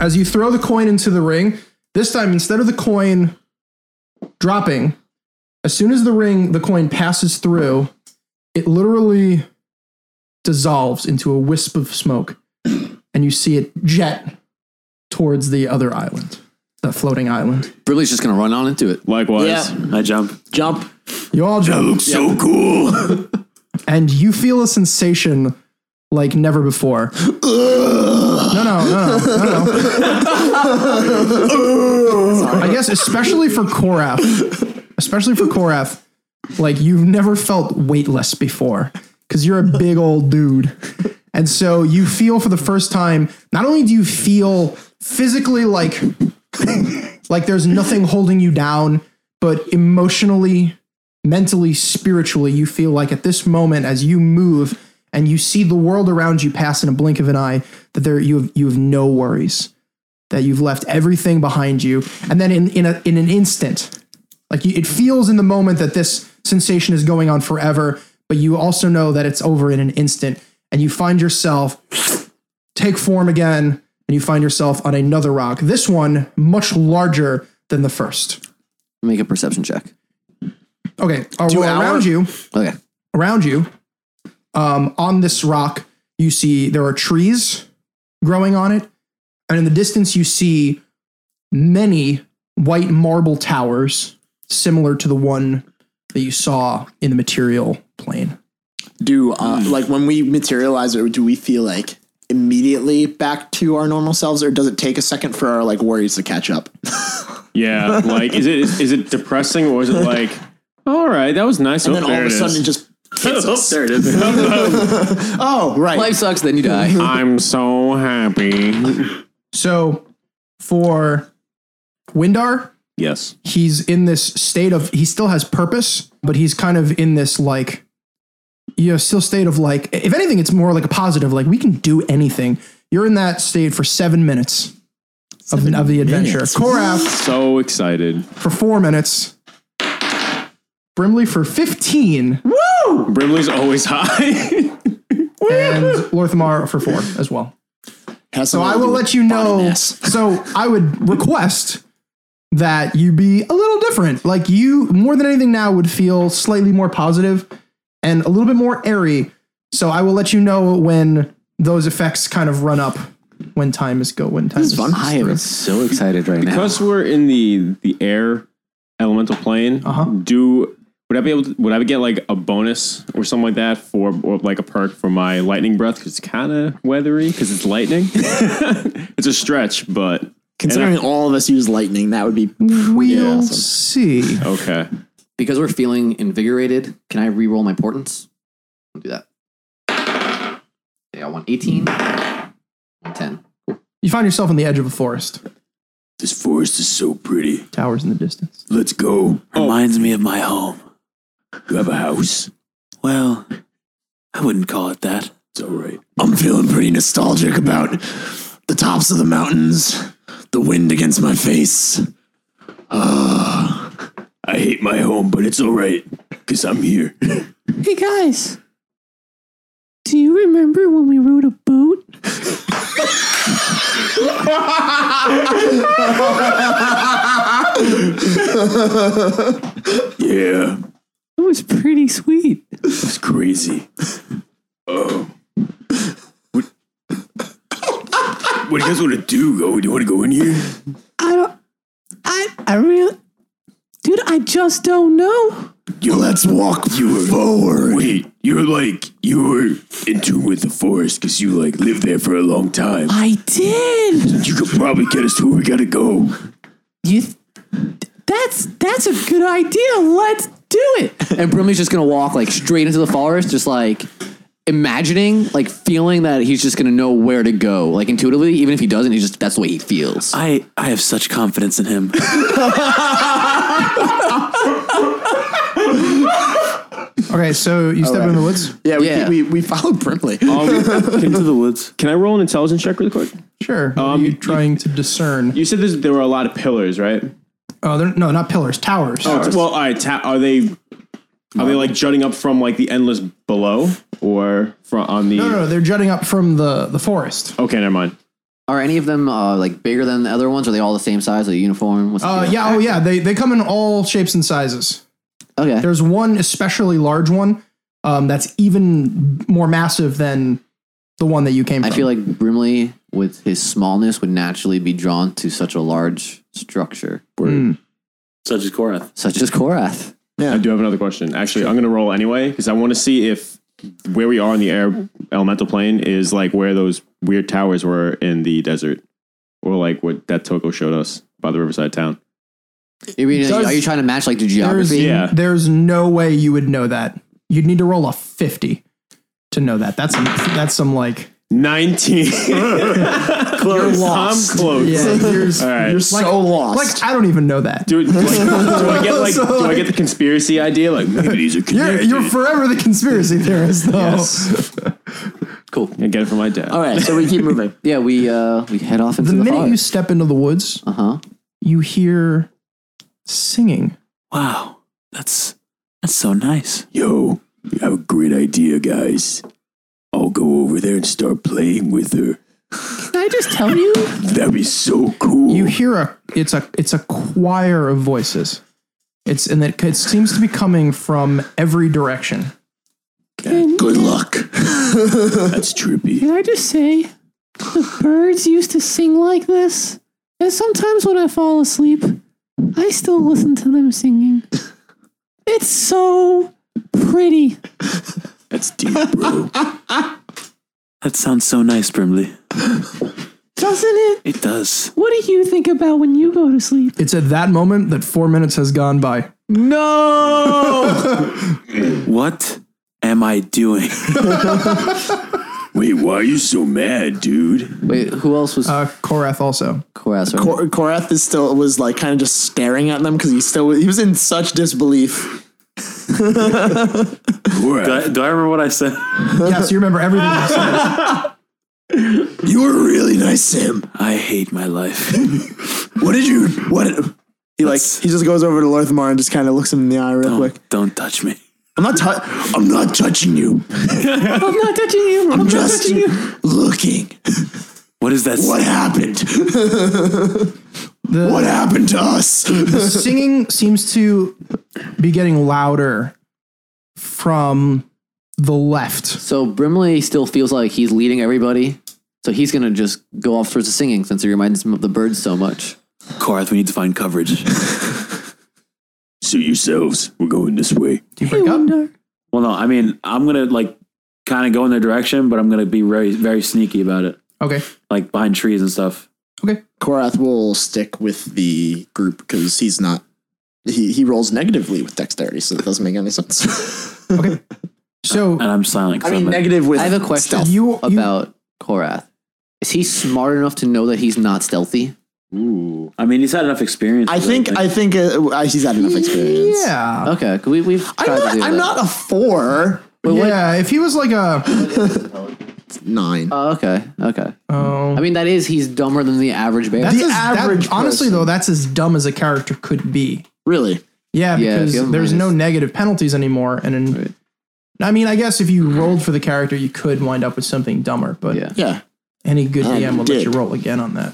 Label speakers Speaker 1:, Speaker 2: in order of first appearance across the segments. Speaker 1: as you throw the coin into the ring, this time instead of the coin dropping, as soon as the ring, the coin passes through, it literally dissolves into a wisp of smoke, and you see it jet towards the other island, the floating island.
Speaker 2: Brilly's just gonna run on into it.
Speaker 3: Likewise,
Speaker 4: Yeah.
Speaker 3: I jump.
Speaker 4: Jump.
Speaker 1: You all jump,
Speaker 3: Looks so cool.
Speaker 1: and you feel a sensation like never before. no, no, no, no, no, no. I guess especially for Korath, especially for Korath, like you've never felt weightless before because you're a big old dude. And so you feel for the first time, not only do you feel physically like like there's nothing holding you down, but emotionally, mentally, spiritually, you feel like at this moment as you move and you see the world around you pass in a blink of an eye, that there you have you have no worries that you've left everything behind you and then in in, a, in an instant like you, it feels in the moment that this sensation is going on forever but you also know that it's over in an instant and you find yourself take form again and you find yourself on another rock this one much larger than the first
Speaker 2: Make a perception check.
Speaker 1: okay uh, well, around you
Speaker 2: Okay.
Speaker 1: around you um, on this rock you see there are trees growing on it and in the distance you see many white marble towers similar to the one that you saw in the material plane
Speaker 4: Do uh,
Speaker 3: Hmm.
Speaker 4: like when we materialize, or do we feel like immediately back to our normal selves, or does it take a second for our like worries to catch up?
Speaker 3: yeah, like is it is, is it depressing or is it like? All right, that was nice.
Speaker 4: And
Speaker 3: oh,
Speaker 4: then
Speaker 3: there
Speaker 4: all of a
Speaker 3: it
Speaker 4: sudden,
Speaker 3: is.
Speaker 4: it just hits
Speaker 3: oh,
Speaker 4: us.
Speaker 3: there it is.
Speaker 4: Oh, right.
Speaker 2: Life sucks, then you die.
Speaker 3: I'm so happy.
Speaker 1: so for windar
Speaker 3: Yes.
Speaker 1: he's in this state of he still has purpose, but he's kind of in this like you know still state of like if anything it's more like a positive like we can do anything. You're in that state for seven minutes of, of the adventure.
Speaker 4: minutes.
Speaker 1: Korath
Speaker 3: So excited.
Speaker 1: for four minutes. Brimley for fifteen
Speaker 3: Brimley's always high.
Speaker 1: and Lorthamar for four as well.
Speaker 4: Has
Speaker 1: So
Speaker 4: something
Speaker 1: I
Speaker 4: to
Speaker 1: will
Speaker 4: do with
Speaker 1: let you
Speaker 4: body
Speaker 1: know.
Speaker 4: mass.
Speaker 1: So I would request that you be a little different. Like you, more than anything now, would feel slightly more positive and a little bit more airy. So I will let you know when those effects kind of run up when time is go when time is
Speaker 4: fun.
Speaker 2: I am so excited right now.
Speaker 3: Because we're in the the air elemental plane,
Speaker 1: Uh-huh.
Speaker 3: do would I be able to would I get like a bonus or something like that for or like a perk for my lightning breath? Because it's kind of weathery because it's lightning. it's a stretch, but
Speaker 4: Considering all of us use lightning, that would be
Speaker 1: We'll
Speaker 4: awesome.
Speaker 1: see.
Speaker 3: okay.
Speaker 2: Because we're feeling invigorated, can I re-roll my portents? I'll do that. Yeah, I want 18, 10.
Speaker 1: You find yourself on the edge of a forest.
Speaker 5: This forest is so pretty.
Speaker 1: Towers in the distance.
Speaker 5: Let's go. Reminds me of my home. Oh. You have a house? Well, I wouldn't call it that. It's all right.
Speaker 4: I'm feeling pretty nostalgic about the tops of the mountains, the wind against my face.
Speaker 5: Ah, I hate my home, but it's all right because I'm here.
Speaker 6: Hey guys, do you remember when we rode a boat?
Speaker 5: Yeah,
Speaker 6: It was pretty sweet.
Speaker 5: it's crazy. Oh. What, what do you guys want to do? Oh, do you want to go in here?
Speaker 6: I don't, I, I really, dude, I just don't know.
Speaker 5: Yo, let's walk you were, forward. Wait, you're like you were in tune with the forest because you like lived there for a long time.
Speaker 6: I did.
Speaker 5: You could probably get us to where we gotta go.
Speaker 6: You, th- that's that's a good idea. Let's do it.
Speaker 2: And Brimley's just gonna walk like straight into the forest, just like imagining, like feeling that he's just gonna know where to go, like intuitively. Even if he doesn't, he just that's the way he feels.
Speaker 5: I I have such confidence in him.
Speaker 1: Okay, so you step
Speaker 4: right.
Speaker 1: into the woods.
Speaker 4: Yeah, we,
Speaker 2: Yeah.
Speaker 4: we, we followed Brimley.
Speaker 5: Into the woods.
Speaker 3: Can I roll an intelligence check really quick?
Speaker 1: Sure. What are you trying to discern?
Speaker 3: You said there's- there were a lot of pillars, right?
Speaker 1: Oh, they're, no, not pillars, towers.
Speaker 3: Well, all right. Ta- are they are they like jutting up from like the endless below or from on the?
Speaker 1: No, no, no, they're jutting up from the the forest.
Speaker 3: Okay, never mind.
Speaker 2: Are any of them uh, like bigger than the other ones? Are they all the same size? Are they uniform? What's the
Speaker 1: Uh,
Speaker 2: deal?
Speaker 1: yeah, oh yeah, they they come in all shapes and sizes.
Speaker 2: Okay.
Speaker 1: There's one especially large one um, that's even more massive than the one that you came
Speaker 2: I
Speaker 1: from.
Speaker 2: feel like Brimley, with his smallness, would naturally be drawn to such a large structure,
Speaker 3: Hmm.
Speaker 5: Such as Korath.
Speaker 2: such as Korath.
Speaker 3: I do have another question. Actually, I'm going to roll anyway because I want to see if where we are in the air elemental plane is like where those weird towers were in the desert, or like what that Toko showed us by the riverside town.
Speaker 2: You mean,
Speaker 1: Does-
Speaker 2: are you trying to match like the
Speaker 1: there's,
Speaker 2: geography?
Speaker 3: Yeah.
Speaker 1: there's no way you would know that. You'd need to roll a 50 to know that. That's some, that's some like
Speaker 3: Nineteen.
Speaker 4: You're
Speaker 3: I'm close.
Speaker 1: you're,
Speaker 3: All right.
Speaker 4: You're so lost.
Speaker 1: like I don't even know that.
Speaker 3: do, it- do I- do I get like do I get the conspiracy idea? Like maybe these are
Speaker 1: You're,
Speaker 3: connected.
Speaker 1: you're forever the conspiracy theorist, though.
Speaker 3: I get it from my dad.
Speaker 4: All right, so we keep moving.
Speaker 2: Yeah, we uh, we head off into
Speaker 1: The
Speaker 2: the,
Speaker 1: minute you
Speaker 2: forest.
Speaker 1: step into the woods,
Speaker 2: Uh huh.
Speaker 1: you hear singing.
Speaker 5: Wow. That's that's so nice.
Speaker 7: Yo, you have a great idea, guys. I'll go over there and start playing with her.
Speaker 6: Can I just tell you?
Speaker 7: That'd be so cool.
Speaker 1: You hear a it's a it's a choir of voices. It's and it, it seems to be coming from every direction.
Speaker 7: Good luck. That's trippy.
Speaker 6: Can I just say the birds used to sing like this? And sometimes when I fall asleep, I still listen to them singing. It's so pretty.
Speaker 7: That's deep, bro.
Speaker 5: That sounds so nice, Brimley.
Speaker 6: Doesn't it?
Speaker 5: It does.
Speaker 6: What do you think about when you go to sleep?
Speaker 1: It's at that moment that four minutes has gone by.
Speaker 5: What am I doing?
Speaker 7: Wait, why are you so mad, dude?
Speaker 2: Wait, who else was
Speaker 1: Uh, Korath also.
Speaker 2: Korath? right?
Speaker 4: Kor- Korath is still was like kind of just staring at them because he still he was in such disbelief.
Speaker 5: do, I, do I remember what I said?
Speaker 1: Yes, you remember everything. you said.
Speaker 7: You were really nice, Sam.
Speaker 5: I hate my life.
Speaker 7: What did you? What? uh,
Speaker 4: He like he just goes over to Lorthmar and just kind of looks him in the eye real quick.
Speaker 5: Don't, Oh, don't touch me.
Speaker 4: I'm not touching.
Speaker 7: I'm not touching you.
Speaker 6: I'm not touching you. I'm, not
Speaker 7: Just
Speaker 6: touching you.
Speaker 7: looking.
Speaker 5: What is that?
Speaker 7: What happened? what happened to us?
Speaker 1: The singing seems to be getting louder from the left.
Speaker 2: So Brimley still feels like he's leading everybody. So he's gonna just go off towards the singing since he reminds him of the birds so much.
Speaker 5: Korath, we need to find coverage.
Speaker 7: Suit yourselves. We're going this way.
Speaker 1: Do you wake up?
Speaker 5: Well, no, I mean, I'm gonna like kind of go in their direction, but I'm gonna be very, very sneaky about it,
Speaker 1: Okay.
Speaker 5: like behind trees and stuff.
Speaker 1: Okay.
Speaker 4: Korath will stick with the group because he's not. He, he rolls negatively with dexterity, so that doesn't make any sense.
Speaker 1: Okay. So
Speaker 5: And I'm silent. 'cause I'm like,
Speaker 4: negative with.
Speaker 2: I have a question
Speaker 4: stealth.
Speaker 1: you, you
Speaker 2: about Korath. Is he smart enough to know that he's not stealthy?
Speaker 3: Ooh.
Speaker 5: I mean, he's had enough experience.
Speaker 4: I
Speaker 5: with it,
Speaker 4: think I
Speaker 5: like-
Speaker 4: think uh, uh, he's had enough experience.
Speaker 1: yeah.
Speaker 2: Okay, 'cause we, we've
Speaker 4: I'm
Speaker 2: tried to
Speaker 4: not.
Speaker 2: do
Speaker 4: I'm
Speaker 2: that.
Speaker 4: not a four.
Speaker 2: But what-
Speaker 1: yeah, if he was like a
Speaker 4: Nine.
Speaker 2: Oh, okay, okay.
Speaker 1: oh,
Speaker 2: I mean, that is he's dumber than the average bear.
Speaker 1: that's
Speaker 4: the
Speaker 1: as- that-
Speaker 4: average
Speaker 1: honestly,
Speaker 4: person.
Speaker 1: though, that's as dumb as a character could be.
Speaker 4: Really?
Speaker 1: Yeah,
Speaker 2: Yeah, if
Speaker 1: because
Speaker 2: you have
Speaker 1: there's no
Speaker 2: minus-
Speaker 1: negative penalties anymore, and in, I mean, I guess if you rolled for the character, you could wind up with something dumber. But
Speaker 2: Yeah.
Speaker 4: Yeah.
Speaker 1: any good
Speaker 4: And
Speaker 1: DM
Speaker 4: Ah, you
Speaker 1: would let
Speaker 4: did.
Speaker 1: you roll again on that.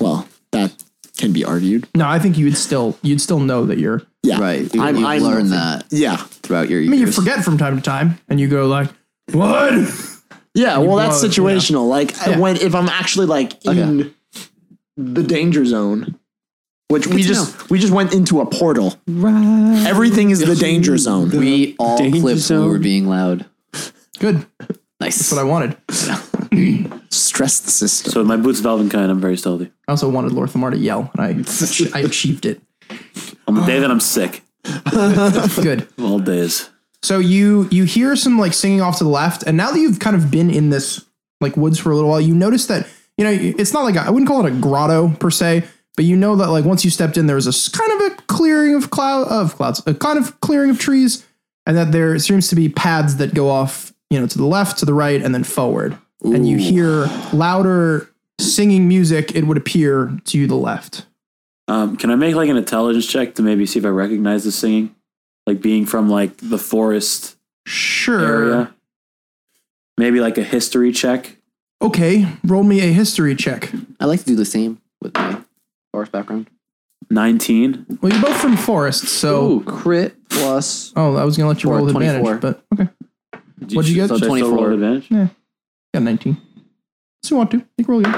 Speaker 4: Well, that can be argued.
Speaker 1: No, I think you would still you'd still know that you're.
Speaker 4: Yeah.
Speaker 2: right. You,
Speaker 4: I'm-
Speaker 2: you've
Speaker 4: I'm-
Speaker 2: learned that
Speaker 4: Yeah.
Speaker 2: throughout your
Speaker 1: I mean, you
Speaker 2: years.
Speaker 1: forget from time to time, and you go like, "What?"
Speaker 4: Yeah, well, that's
Speaker 1: blow it, you know?
Speaker 4: situational. Like I-
Speaker 1: Yeah.
Speaker 4: when if I'm actually like in the danger zone, which we
Speaker 2: to
Speaker 4: just we just went into a portal. Right. Everything is the danger zone.
Speaker 2: we all clipped when we were being loud.
Speaker 1: Good.
Speaker 2: Nice.
Speaker 1: That's what I wanted.
Speaker 4: Stress the system.
Speaker 5: so. My boots velvet kind. I'm very stealthy.
Speaker 1: I also wanted Lorthamar to yell, and I I achieved it.
Speaker 5: On the day that I'm sick,
Speaker 1: Good.
Speaker 5: of all days.
Speaker 1: So you you hear some like singing off to the left, and now that you've kind of been in this like woods for a little while, you notice that you know it's not like I I wouldn't call it a grotto per se, but you know that like once you stepped in, there was a s- kind of a clearing of cloud of clouds, a kind of clearing of trees, and that there seems to be paths that go off you know to the left, to the right, and then forward, and you hear louder singing music. It would appear to the left.
Speaker 5: Um, can I make like an intelligence check to maybe see if I recognize the singing, like being from like the forest
Speaker 1: Sure.
Speaker 5: area? Maybe like a history check.
Speaker 1: Okay, roll me a history check.
Speaker 2: I like to do the same with my forest background.
Speaker 5: 19.
Speaker 1: Well, you're both from forests, so.
Speaker 2: Ooh, crit plus.
Speaker 1: Oh, I was gonna let you
Speaker 2: Four,
Speaker 1: roll with advantage,
Speaker 2: 24.
Speaker 1: but okay. What'd you get?
Speaker 5: So
Speaker 2: So 24.
Speaker 5: advantage?
Speaker 1: Got 19. So you want to? You can roll you.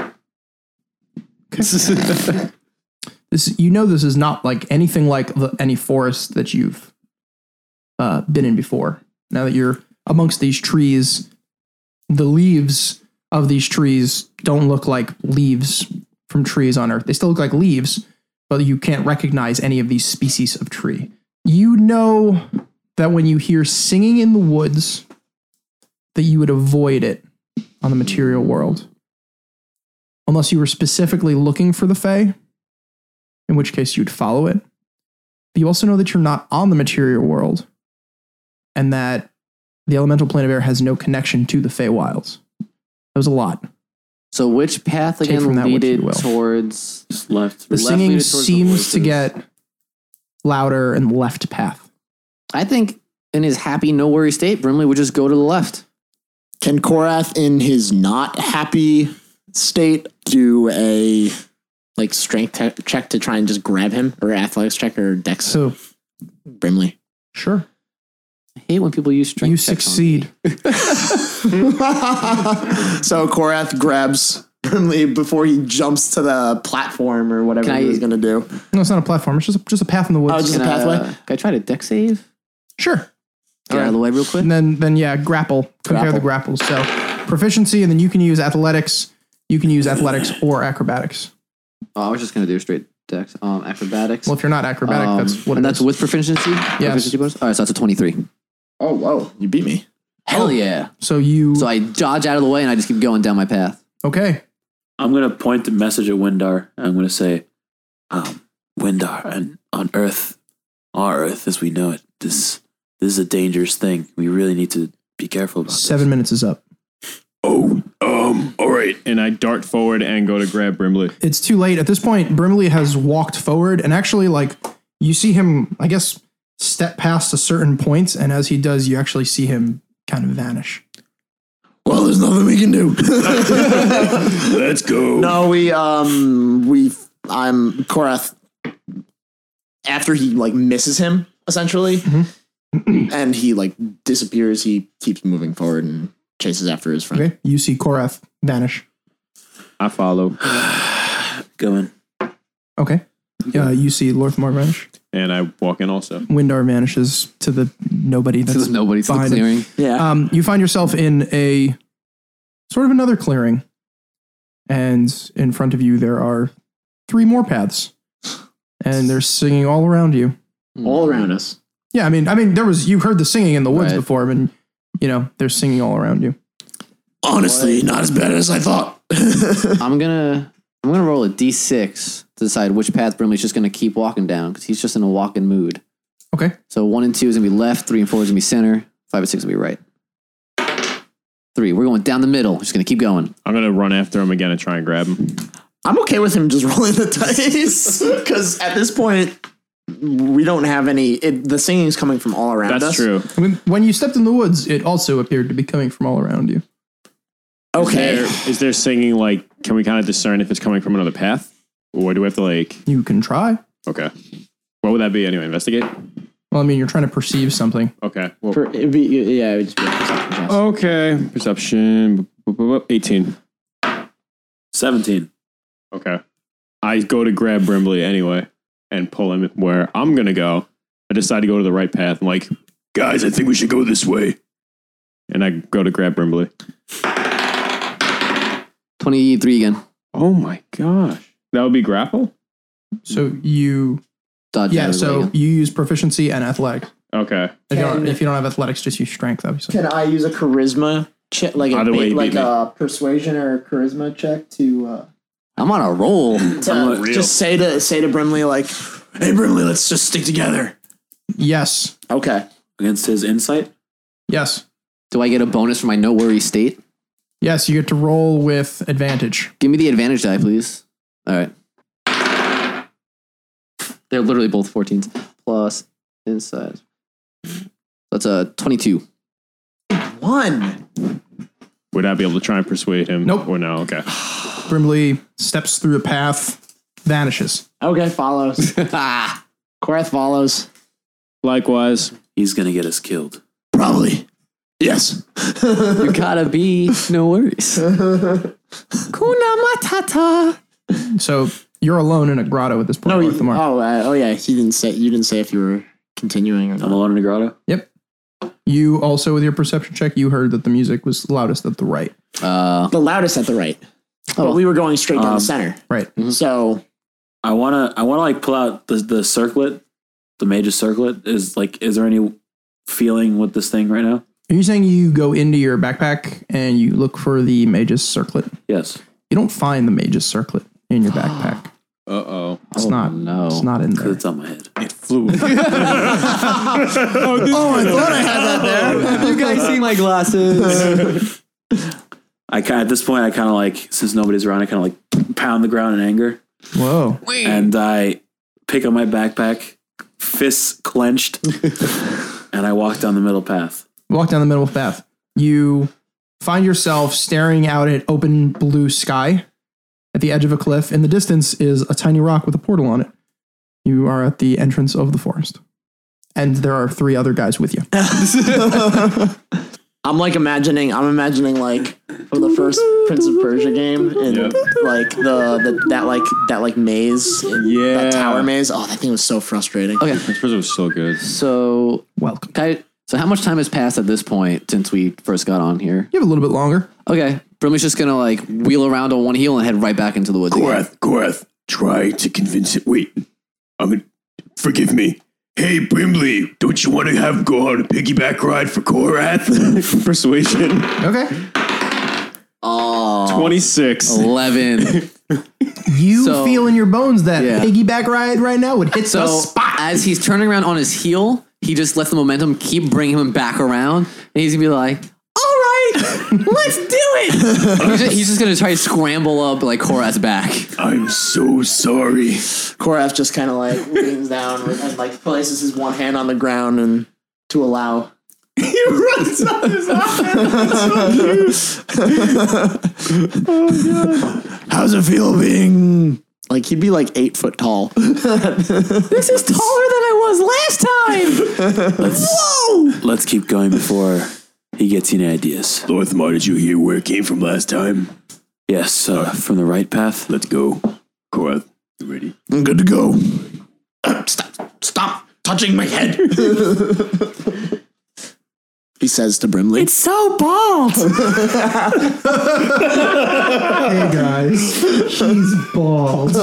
Speaker 1: Okay. this you know this is not like anything like the, any forest that you've uh, been in before. Now that you're amongst these trees, the leaves of these trees don't look like leaves from trees on Earth. They still look like leaves, but you can't recognize any of these species of tree. You know that when you hear singing in the woods, that you would avoid it on the material world. Unless you were specifically looking for the Fae, in which case you'd follow it. But you also know that you're not on the material world and that the elemental plane of air has no connection to the Fey Wilds. That was a lot.
Speaker 2: So which path
Speaker 1: Take
Speaker 2: again
Speaker 1: from that what you
Speaker 2: leaded
Speaker 1: will.
Speaker 2: towards?
Speaker 5: Just left.
Speaker 1: The
Speaker 5: Left
Speaker 1: singing
Speaker 5: leaning towards the
Speaker 1: seems
Speaker 5: voices.
Speaker 1: to get louder and left path.
Speaker 2: I think in his happy, no worry state, Brimley would just go to the left.
Speaker 4: Can Korath, in his not happy state, do a like strength te- check to try and just grab him, or athletics check, or dex
Speaker 1: So,
Speaker 4: Brimley?
Speaker 1: sure.
Speaker 2: I hate when people use strength.
Speaker 1: You
Speaker 2: checks on me.
Speaker 1: succeed.
Speaker 4: so Korath grabs Brimley before he jumps to the platform or whatever
Speaker 2: Can I-
Speaker 4: he was gonna do.
Speaker 1: No, it's not a platform. It's just a, just a path in the
Speaker 4: Oh,
Speaker 1: woods.
Speaker 4: just
Speaker 2: Can
Speaker 4: a
Speaker 2: I,
Speaker 4: pathway.
Speaker 2: uh, can I try to deck save?
Speaker 1: sure.
Speaker 2: Get out of the way real quick.
Speaker 1: And then, then yeah, grapple. Compare the grapples. So proficiency, and then you can use athletics. You can use athletics or acrobatics.
Speaker 2: Oh, I was just gonna do straight decks. Um, acrobatics.
Speaker 1: Well, if you're not acrobatic,
Speaker 2: Um,
Speaker 1: that's what.
Speaker 2: and
Speaker 1: it
Speaker 2: that's
Speaker 1: is.
Speaker 2: with proficiency. Proficiency bonus. All right, so that's a twenty-three.
Speaker 4: Oh whoa, you beat me.
Speaker 1: Oh.
Speaker 2: Hell yeah!
Speaker 1: so you
Speaker 2: So I dodge out of the way and I just keep going down my path.
Speaker 1: okay?
Speaker 5: I'm going to point the message at Windar. And I'm going to say, um, Windar, and on Earth, our Earth as we know it, this this is a dangerous thing. We really need to be careful about this.
Speaker 1: Seven minutes is up.
Speaker 7: Oh, um, all right.
Speaker 3: And I dart forward and go to grab Brimley.
Speaker 1: It's too late at this point. Brimley has walked forward, and actually, like you see him, I guess, step past a certain point, and as he does, you actually see him kind of vanish.
Speaker 4: Well, there's nothing we can do.
Speaker 7: Let's go.
Speaker 4: No, we um we I'm Korath after he like misses him essentially and he like disappears, he keeps moving forward and chases after his friend.
Speaker 1: Okay, you see Korath vanish.
Speaker 3: I follow
Speaker 5: Going.
Speaker 1: Okay, uh, you see Lorthmar vanish.
Speaker 3: and I walk in also.
Speaker 1: Windar vanishes to the nobody. That's
Speaker 2: Because nobody's
Speaker 1: behind him.
Speaker 2: clearing.
Speaker 4: Yeah.
Speaker 1: um, you find yourself in a sort of another clearing, and in front of you there are three more paths, and they're singing all around you.
Speaker 4: All around us.
Speaker 1: Yeah, I mean, I mean, there was you heard the singing in the woods
Speaker 2: Right.
Speaker 1: before, and you know they're singing all around you.
Speaker 4: Honestly, not as bad as I thought.
Speaker 2: I'm gonna I'm gonna roll a d6 to decide which path Brimley's just gonna keep walking down because he's just in a walking mood.
Speaker 1: Okay,
Speaker 2: So one and two is gonna be left, three and four is gonna be center, five and six will be right. Three. We're going down the middle. Just gonna keep going.
Speaker 3: I'm gonna run after him again and try and grab him.
Speaker 4: I'm okay with him just rolling the dice cuz at this point we don't have any it, the singing's coming from all around
Speaker 3: That's
Speaker 4: us.
Speaker 3: true.
Speaker 1: when, when you stepped in the woods, it also appeared to be coming from all around you.
Speaker 4: Okay.
Speaker 3: There, is there singing like? Can we kind of discern if it's coming from another path, or do we have to like?
Speaker 1: You can try.
Speaker 3: Okay, what would that be anyway? Investigate.
Speaker 1: Well, I mean, you're trying to perceive something.
Speaker 3: Okay. Well,
Speaker 4: It'd be, yeah, it would just be
Speaker 3: okay. Perception. Boop, boop, boop, boop. Eighteen.
Speaker 5: 17.
Speaker 3: Okay. I go to grab Brimley anyway and pull him where I'm gonna go. I decide to go to the right path. I'm like,
Speaker 7: Guys, I think we should go this way.
Speaker 3: and I go to grab Brimley.
Speaker 2: Twenty-three again.
Speaker 3: Oh my gosh, that would be grapple.
Speaker 1: So you,
Speaker 2: Dodge out
Speaker 1: yeah.
Speaker 2: of the way
Speaker 1: So
Speaker 2: again.
Speaker 1: you use proficiency and athletics.
Speaker 3: Okay.
Speaker 1: If you, don't, if you don't have athletics, just use strength, obviously.
Speaker 4: Can I use a charisma check, like a
Speaker 3: Either way,
Speaker 4: ba-
Speaker 3: you
Speaker 4: like
Speaker 3: beat me.
Speaker 4: a persuasion or a charisma check to, uh,
Speaker 2: I'm on a roll.
Speaker 4: to Uh, just say to say to Brimley like, "Hey Brimley, let's just stick together."
Speaker 1: Yes,
Speaker 4: Okay.
Speaker 5: Against his insight?
Speaker 1: yes.
Speaker 2: Do I get a bonus for my no worry state?
Speaker 1: Yes, you get to roll with advantage.
Speaker 2: Give me the advantage die, please. All right. They're literally both 14s. Plus inside. That's a 22.
Speaker 4: One.
Speaker 3: Would I be able to try and persuade him?
Speaker 1: Nope.
Speaker 3: Or no? Okay.
Speaker 1: Brimley steps through a path, vanishes.
Speaker 4: Okay, follows. Korath follows.
Speaker 3: Likewise,
Speaker 5: He's gonna get us killed.
Speaker 4: Probably. Yes.
Speaker 2: You gotta be no worries.
Speaker 1: So you're alone in a grotto at this point.
Speaker 4: No. You,
Speaker 1: Orthamar.
Speaker 4: oh, uh, oh yeah. He didn't say. You didn't say if you were continuing or
Speaker 5: I'm
Speaker 4: not.
Speaker 5: alone in the grotto.
Speaker 1: Yep. You also, with your perception check, you heard that the music was loudest at the right.
Speaker 2: Uh,
Speaker 4: The loudest at the right. but we were going straight down the center.
Speaker 1: Right.
Speaker 4: So
Speaker 5: I wanna I wanna like pull out the the circlet, the mage's circlet. Is like is there any feeling with this thing right now?
Speaker 1: Are you saying you go into your backpack and you look for the mage's circlet?
Speaker 5: Yes.
Speaker 1: You don't find the mage's circlet in your backpack.
Speaker 3: Uh oh.
Speaker 1: It's not.
Speaker 2: no.
Speaker 1: It's not in there.
Speaker 5: It's on my head.
Speaker 3: It
Speaker 2: Oh,
Speaker 3: flew.
Speaker 2: Have you guys seen my glasses?
Speaker 5: I ki- at this point I kinda like since nobody's around, I kinda like pound the ground in anger.
Speaker 1: Whoa.
Speaker 5: and I pick up my backpack, fists clenched, and I walk down the middle path.
Speaker 1: Walk down the middle of the path. You find yourself staring out at open blue sky at the edge of a cliff. In the distance is a tiny rock with a portal on it. You are at the entrance of the forest. And there are three other guys with you.
Speaker 4: I'm like imagining. I'm imagining like from the first Prince of Persia game and
Speaker 3: Yeah.
Speaker 4: like the, the that like that like maze. in-
Speaker 3: yeah.
Speaker 4: That tower maze. Oh, that thing was so frustrating.
Speaker 2: Okay.
Speaker 3: This person was so good.
Speaker 2: So,
Speaker 1: Welcome.
Speaker 2: can I- so how much time has passed at this point since we first got on here?
Speaker 1: You have a little bit longer.
Speaker 2: Okay, Brimley's just gonna like wheel around on one heel and head right back into the woods. again.
Speaker 7: Gorath, Gorath, try to convince it. Wait, I'm gonna forgive me. Hey, Brimley, don't you want to have go on a piggyback ride for Gorath?
Speaker 3: Persuasion
Speaker 1: Okay.
Speaker 2: Oh,
Speaker 3: 26.
Speaker 2: 11.
Speaker 1: You
Speaker 2: So-
Speaker 1: feel in your bones that
Speaker 2: Yeah.
Speaker 1: piggyback ride right now would hit the
Speaker 2: So,
Speaker 1: spot.
Speaker 2: as he's turning around on his heel, he just lets the momentum keep bringing him back around, and he's gonna be like, all right, let's do it. he's, just, he's just gonna try to scramble up like Korath's back.
Speaker 7: I'm so sorry.
Speaker 4: Korath just kind of like leans down with, and like places his one hand on the ground and to allow.
Speaker 7: How's it feel being
Speaker 4: Like he'd be like eight foot tall.
Speaker 5: Let's keep going before he gets any ideas.
Speaker 7: Lorthmar? Did you hear where it came from last time?
Speaker 5: Yes, uh, from the right path.
Speaker 7: Let's go, Gorath. You ready?
Speaker 4: I'm good to go.
Speaker 7: Stop touching my head.
Speaker 4: He says to Brimley. It's so bald.
Speaker 1: Hey guys, he's bald.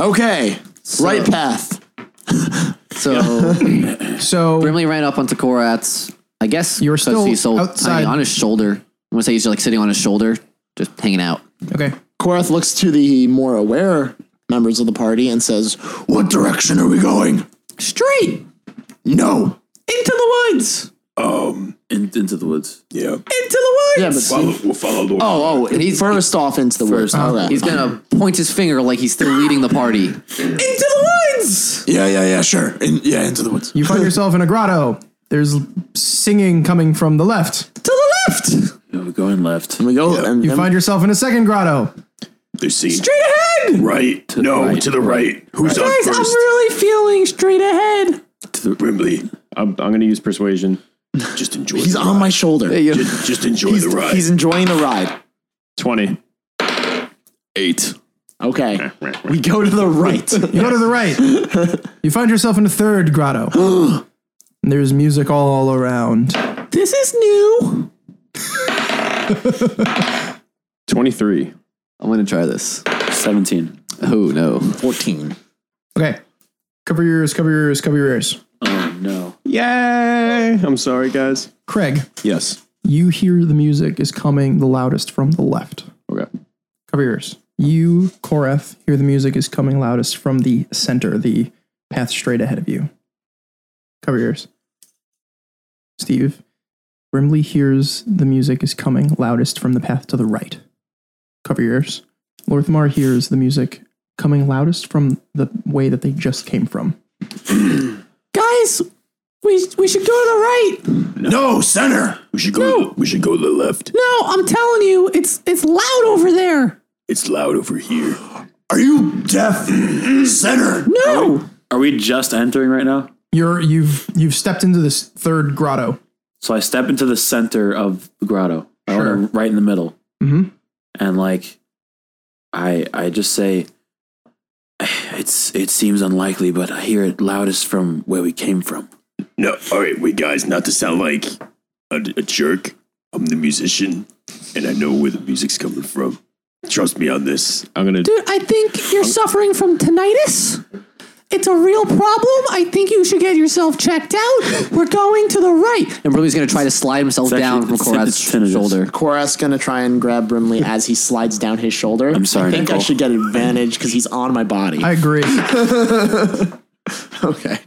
Speaker 4: okay. Right path.
Speaker 2: So,
Speaker 1: So
Speaker 2: Brimley ran up onto Korath's, I guess,
Speaker 1: You were
Speaker 2: 'cause
Speaker 1: still
Speaker 2: he's so
Speaker 1: outside.
Speaker 2: tiny, on his shoulder. I'm gonna say he's like sitting on his shoulder, just hanging out.
Speaker 1: okay,
Speaker 4: Korath looks to the more aware members of the party and says,
Speaker 7: what direction are we going?
Speaker 2: Straight
Speaker 7: No. Um,
Speaker 2: into the woods.
Speaker 5: In, into the woods.
Speaker 7: Yeah.
Speaker 4: "Yeah, but
Speaker 7: Follow, we'll follow Lorthmar.
Speaker 4: oh, oh,
Speaker 2: He's-
Speaker 4: first off into the woods. Okay.
Speaker 2: He's gonna point his finger like he's still leading the party.
Speaker 7: Yeah, yeah, yeah. Sure. In, yeah, into the woods.
Speaker 1: you find yourself in a grotto. There's singing coming from the left.
Speaker 5: We're going left.
Speaker 4: we go. and,
Speaker 1: You
Speaker 4: and-
Speaker 1: find yourself in a second grotto.
Speaker 7: They're singing. Straight ahead. Right. no,
Speaker 5: right.
Speaker 7: to the right. Who's on first?
Speaker 2: really feeling straight ahead.
Speaker 7: Brimley,
Speaker 3: I'm, I'm going to use persuasion.
Speaker 7: just enjoy.
Speaker 4: he's
Speaker 7: the
Speaker 4: on my shoulder.
Speaker 7: Just, just enjoy the ride.
Speaker 4: He's enjoying the ride.
Speaker 3: 20.
Speaker 7: eight.
Speaker 4: Okay. We go to the right.
Speaker 1: You go to the right. You find yourself in a third grotto. And there's music all around.
Speaker 3: 23.
Speaker 2: I'm gonna try this.
Speaker 5: 17.
Speaker 2: Oh no.
Speaker 4: 14.
Speaker 1: Okay, cover your ears, cover your ears, cover your ears.
Speaker 5: Oh, no.
Speaker 3: Yay. I'm sorry, guys.
Speaker 1: Craig,
Speaker 3: Yes.
Speaker 1: you hear the music is coming the loudest from the left.
Speaker 3: Okay.
Speaker 1: Cover your ears. You, Korath, hear the music is coming loudest from the center, the path straight ahead of you. Cover your ears. Steve, Brimley hears the music is coming loudest from the path to the right. Cover your ears. Lorthmar hears the music coming loudest from the way that they just came from.
Speaker 6: Guys, We, we should go to the right.
Speaker 7: No, center. We should go. We should go to the left.
Speaker 6: No, I'm telling you, it's it's loud over there.
Speaker 7: It's loud over here. Are you deaf? center.
Speaker 6: No.
Speaker 5: Are we just entering right now?
Speaker 1: You're you've you've stepped into this third grotto.
Speaker 5: So I step into the center of the grotto, I
Speaker 1: Sure.
Speaker 5: wanna- right in the middle,
Speaker 2: Mm-hmm.
Speaker 1: Mhm.
Speaker 5: and like, I I just say, it's it seems unlikely, but I hear it loudest from where we came from.
Speaker 7: No, all right, wait, guys, not to sound like a, a jerk. I'm the musician, and I know where the music's coming from. Trust me on this.
Speaker 3: I'm gonna.
Speaker 6: Dude, I think you're suffering from tinnitus. It's a real problem. I think you should get yourself checked out. We're going to the right.
Speaker 2: And Brimley's gonna try to slide himself
Speaker 5: It's
Speaker 2: down
Speaker 5: actually-
Speaker 2: from
Speaker 5: it's-
Speaker 2: Korath's
Speaker 5: it's tinnitus.
Speaker 2: shoulder.
Speaker 4: Korath's gonna try and grab Brimley as he slides down his shoulder. I'm
Speaker 5: sorry,
Speaker 4: I think I
Speaker 5: Nicole.
Speaker 4: should get advantage because he's on my body.
Speaker 1: I agree.
Speaker 4: okay.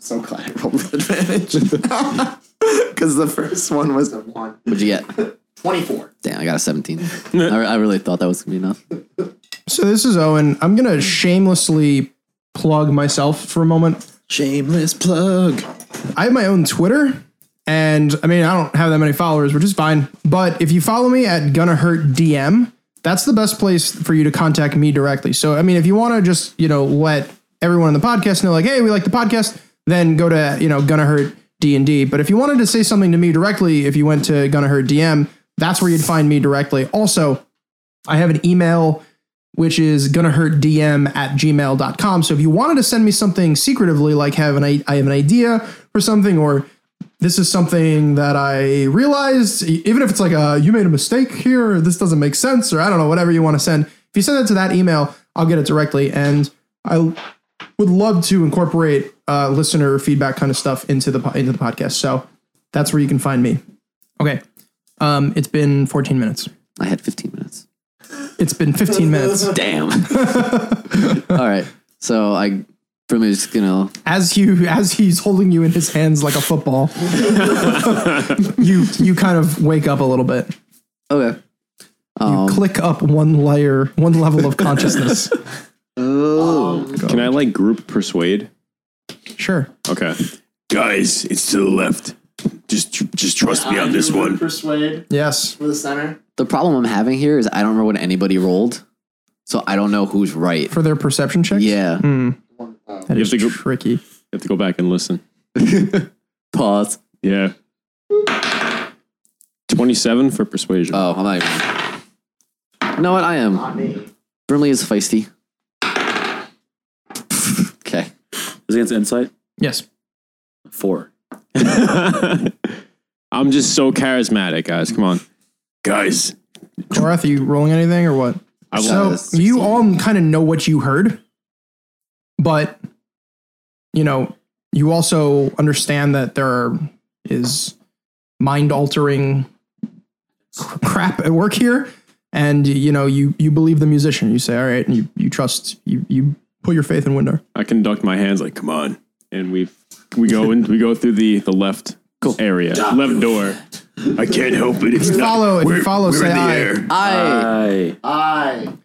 Speaker 4: So glad I rolled with advantage. Because the first one was a one.
Speaker 2: What'd you get?
Speaker 4: 24.
Speaker 2: Damn, I got a 17. I, re- I really thought that was gonna be enough.
Speaker 1: so this is Owen. I'm gonna shamelessly plug myself for a moment.
Speaker 4: Shameless plug.
Speaker 1: I have my own Twitter, and I mean I don't have that many followers, which is fine. But if you follow me at Gonna Hurt DM, that's the best place for you to contact me directly. So I mean, if you want to just you know let everyone in the podcast know, like, hey, we like the podcast, then go to you know Gonna Hurt D and D. But if you wanted to say something to me directly, if you went to Gonna Hurt DM, that's where you'd find me directly. Also, I have an email which is gonna hurt dm at gmail.com so if you wanted to send me something secretively like have an i I have an idea for something or this is something that i realized e- even if it's like a you made a mistake here or this doesn't make sense or i don't know whatever you want to send if you send it to that email i'll get it directly and i would love to incorporate uh, listener feedback kind of stuff into the po- into the podcast so that's where you can find me okay um, it's been 14 minutes
Speaker 2: I had 15 minutes.
Speaker 1: it's been 15 minutes
Speaker 2: Damn. All right. So I Brimley's just gonna
Speaker 1: as you as he's holding you in his hands like a football you you kind of wake up a little bit
Speaker 2: okay.
Speaker 1: click up one layer one level of consciousness
Speaker 3: Can I like group persuade?
Speaker 1: sure
Speaker 3: Okay.
Speaker 7: Guys, it's to the left. Just, tr- just trust me on this one.
Speaker 4: Persuade
Speaker 1: yes
Speaker 4: for the center.
Speaker 2: The problem I'm having here is I don't remember what anybody rolled, so I don't know who's right.
Speaker 1: for their perception check
Speaker 2: Yeah.
Speaker 1: that is
Speaker 3: have to go-
Speaker 1: tricky
Speaker 3: You have to go back and listen.
Speaker 2: Pause.
Speaker 3: Yeah. 27 for persuasion.
Speaker 2: Oh, I'm not even. You know what? I am. Brimley is feisty. okay.
Speaker 5: Is it against insight?
Speaker 1: yes
Speaker 5: Four.
Speaker 3: I'm just so charismatic, guys. Come on.
Speaker 7: Guys,
Speaker 1: Korath, are you rolling anything or what
Speaker 3: I
Speaker 1: so
Speaker 2: that's
Speaker 1: you
Speaker 2: 16.
Speaker 1: all kind of know what you heard but you know you also understand that there is mind altering crap at work here and you know you you believe the musician you say all right and you you trust you you put your faith in Windar.
Speaker 3: I conduct my hands like, come on. And we we go and we go through the the left area, left door.
Speaker 7: I can't help it. It's not,
Speaker 1: follow- if you
Speaker 7: we're,
Speaker 1: follow,
Speaker 7: we're
Speaker 1: say
Speaker 7: in the
Speaker 1: aye.
Speaker 7: air.
Speaker 2: I.
Speaker 5: I
Speaker 4: I.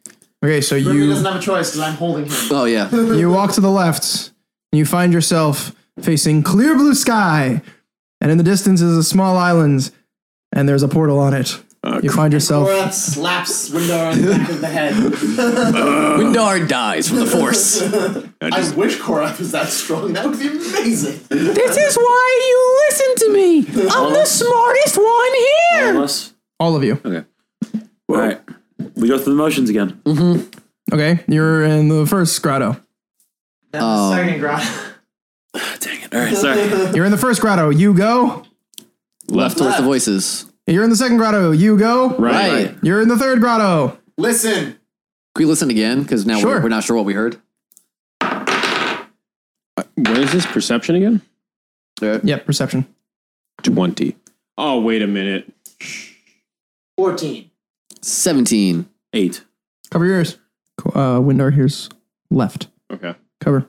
Speaker 1: okay so
Speaker 4: He
Speaker 1: you
Speaker 4: doesn't have a choice because I'm holding him.
Speaker 2: Oh yeah.
Speaker 1: you walk to the left and you find yourself facing clear blue sky and in the distance is a small island and there's a portal on it you find yourself
Speaker 4: Korath slaps Windar on the back of the head.
Speaker 2: Windar dies from the force.
Speaker 4: I wish Korath was that strong. That would be amazing.
Speaker 6: This is why you listen to me. I'm the smartest one
Speaker 5: all
Speaker 6: here.
Speaker 5: of us.
Speaker 1: all of you
Speaker 5: All right, we go through the motions again.
Speaker 1: Okay, you're in the first grotto.
Speaker 4: Second grotto.
Speaker 5: Dang it! All right, sorry.
Speaker 1: You're in the first grotto. You go.
Speaker 2: Left towards the voices.
Speaker 1: You're in the second grotto. You go.
Speaker 2: Right.
Speaker 1: You're in the third grotto.
Speaker 4: Listen.
Speaker 2: Can we listen again? Because now
Speaker 1: Sure.
Speaker 2: we're, we're not sure what we heard.
Speaker 3: What is this perception again?
Speaker 1: Yep, perception.
Speaker 3: 20. Oh, wait a minute.
Speaker 4: 14.
Speaker 2: 17.
Speaker 5: Eight.
Speaker 1: Cover your ears. Co- Uh, Windar hears left.
Speaker 3: Okay.
Speaker 1: Cover.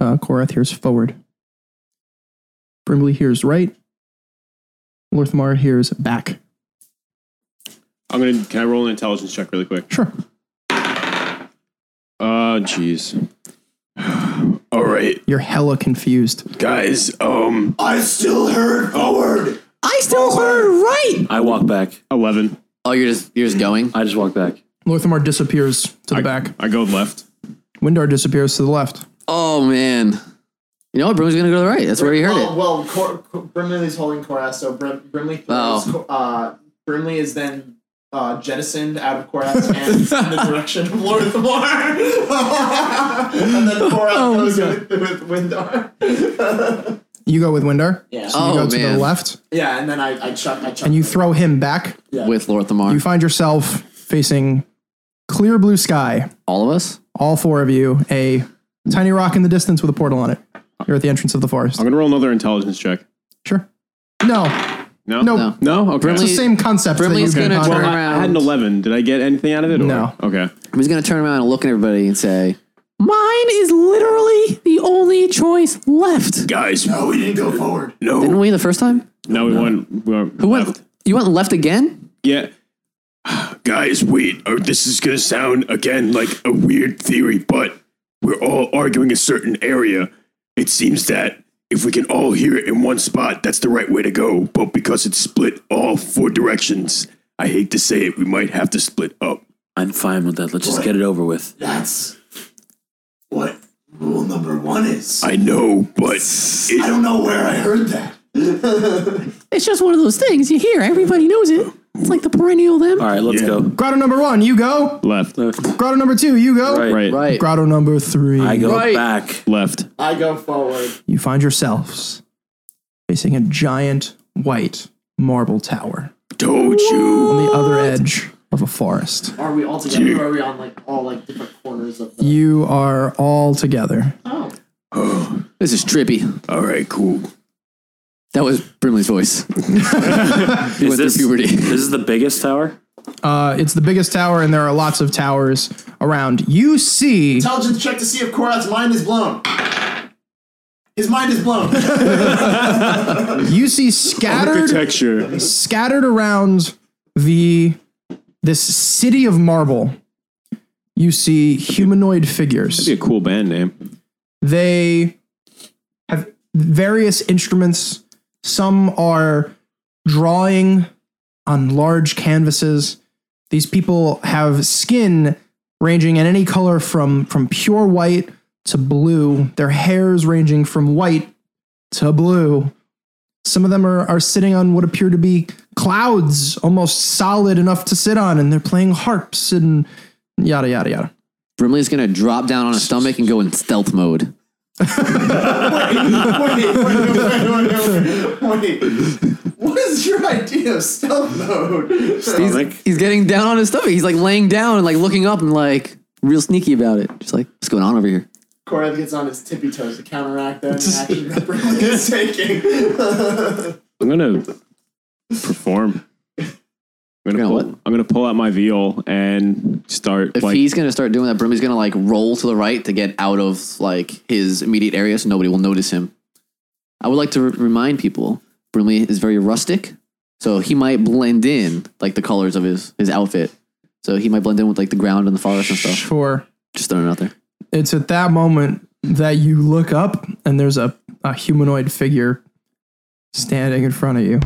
Speaker 1: Uh, Korath hears forward. Brimley hears right. Lorthmar hears back.
Speaker 3: I'm going to can I roll an intelligence check really quick?
Speaker 1: Sure.
Speaker 3: Oh, jeez.
Speaker 7: All right,
Speaker 1: You're hella confused.
Speaker 7: guys. Um, I still heard forward.
Speaker 2: I still heard right.
Speaker 5: I walk back.
Speaker 3: Eleven.
Speaker 2: Oh, you're just you're just going.
Speaker 5: I just walk back.
Speaker 1: Lorthamar disappears to the back.
Speaker 3: I go left.
Speaker 1: Windar disappears to the left.
Speaker 2: Oh man. You know what? Broom's gonna go to the right. That's where he heard
Speaker 4: well,
Speaker 2: it.
Speaker 4: Oh, Well, Cor- Cor- Brimley's holding Korath, so Brim- Brimley throws.
Speaker 2: Oh.
Speaker 4: Uh, Brimley is then uh, jettisoned out of Korath's hands in the direction of Lord of the Mar. and
Speaker 2: Oh
Speaker 4: then Korath goes with, with Windar.
Speaker 1: You go with Windar.
Speaker 4: yeah.
Speaker 1: You
Speaker 2: Oh
Speaker 1: go to the
Speaker 2: man.
Speaker 1: left,
Speaker 4: yeah, and then I, I chuck. I chuck.
Speaker 1: and you throw him back.
Speaker 2: With Lorthamar.
Speaker 1: You find yourself facing clear blue sky.
Speaker 2: All of us.
Speaker 1: All four of you. A tiny rock in the distance with a portal on it. You're at the entrance of the forest.
Speaker 3: I'm gonna roll another intelligence check.
Speaker 1: Sure. No,
Speaker 3: No.
Speaker 1: no.
Speaker 2: No.
Speaker 3: No. Okay.
Speaker 1: It's the
Speaker 2: Brimley-
Speaker 1: same concept. that
Speaker 2: Brimley's
Speaker 1: you can
Speaker 2: gonna
Speaker 1: conjure.
Speaker 2: turn
Speaker 3: I, I had an eleven. Did I get anything out of it? or-
Speaker 1: No.
Speaker 3: Okay.
Speaker 2: He's gonna turn around and look at everybody and say,
Speaker 6: Mine is literally the only choice left.
Speaker 7: Guys, no, we didn't go forward. No,
Speaker 2: "Didn't we the first time?
Speaker 3: No, we went. We went
Speaker 2: Who went? You went left again?
Speaker 3: Yeah.
Speaker 7: guys, wait. Or this is gonna sound again like a weird theory, but we're all arguing a certain area. It seems that if we can all hear it in one spot, that's the right way to go. But because it's split all four directions, I hate to say it, we might have to split up.
Speaker 5: I'm fine with that. Let's just get it over with.
Speaker 8: That's what rule number one is.
Speaker 7: I know, but
Speaker 8: I
Speaker 7: it,
Speaker 8: don't know where I heard that.
Speaker 6: It's just one of those things you hear. Everybody knows it. It's like the perennial them.
Speaker 5: All right, let's
Speaker 7: Yeah.
Speaker 5: go.
Speaker 1: Grotto number one, you go.
Speaker 3: Left.
Speaker 1: Grotto number two, you go.
Speaker 5: Right.
Speaker 3: Right.
Speaker 2: Right.
Speaker 1: Grotto number three.
Speaker 5: I go
Speaker 2: Right.
Speaker 5: back.
Speaker 3: Left.
Speaker 4: I go forward.
Speaker 1: You find yourselves facing a giant white marble tower
Speaker 7: told you.
Speaker 1: on the other edge of a forest.
Speaker 4: Are we all together? Or are we on like all like different corners of the?
Speaker 1: You are all together.
Speaker 4: Oh.
Speaker 2: This is trippy.
Speaker 7: All right, cool.
Speaker 2: That was Brimley's voice. he went
Speaker 5: this-
Speaker 2: through puberty.
Speaker 5: This is the biggest tower.
Speaker 1: Uh, it's the biggest tower, and there are lots of towers around. You see,
Speaker 4: Intelligence check to see if Korath's mind is blown. His mind is blown.
Speaker 1: you see scattered,
Speaker 3: Architecture.
Speaker 1: scattered around the this city of marble. You see humanoid figures.
Speaker 3: Be a cool band name.
Speaker 1: they have various instruments. Some are drawing on large canvases. These people have skin ranging in any color from, from pure white to blue, their hairs ranging from white to blue. Some of them are, are sitting on what appear to be clouds, almost solid enough to sit on, and they're playing harps and yada, yada, yada.
Speaker 2: Brimley's gonna drop down on his stomach and go in stealth mode.
Speaker 4: wait, wait, wait, wait, wait. What is your idea of stealth mode?
Speaker 5: Stomach.
Speaker 2: He's getting down on his stomach. He's like laying down and like looking up and like real sneaky about it. Just like, what's going on over here?
Speaker 4: Korath gets on his tippy toes to counteract that action that Brimley is taking.
Speaker 3: I'm gonna perform. I'm gonna,
Speaker 2: You're gonna
Speaker 3: pull, I'm gonna pull out my viol and start
Speaker 2: If
Speaker 3: like
Speaker 2: he's gonna start doing that, Brimley's gonna like roll to the right to get out of like his immediate area so nobody will notice him. I would like to r- remind people Brimley is very rustic, so he might blend in like the colors of his his outfit. So he might blend in with like the ground and the forest and stuff.
Speaker 1: Sure.
Speaker 2: Just throwing it out there.
Speaker 1: it's at that moment that you look up and there's a, a humanoid figure standing in front of you.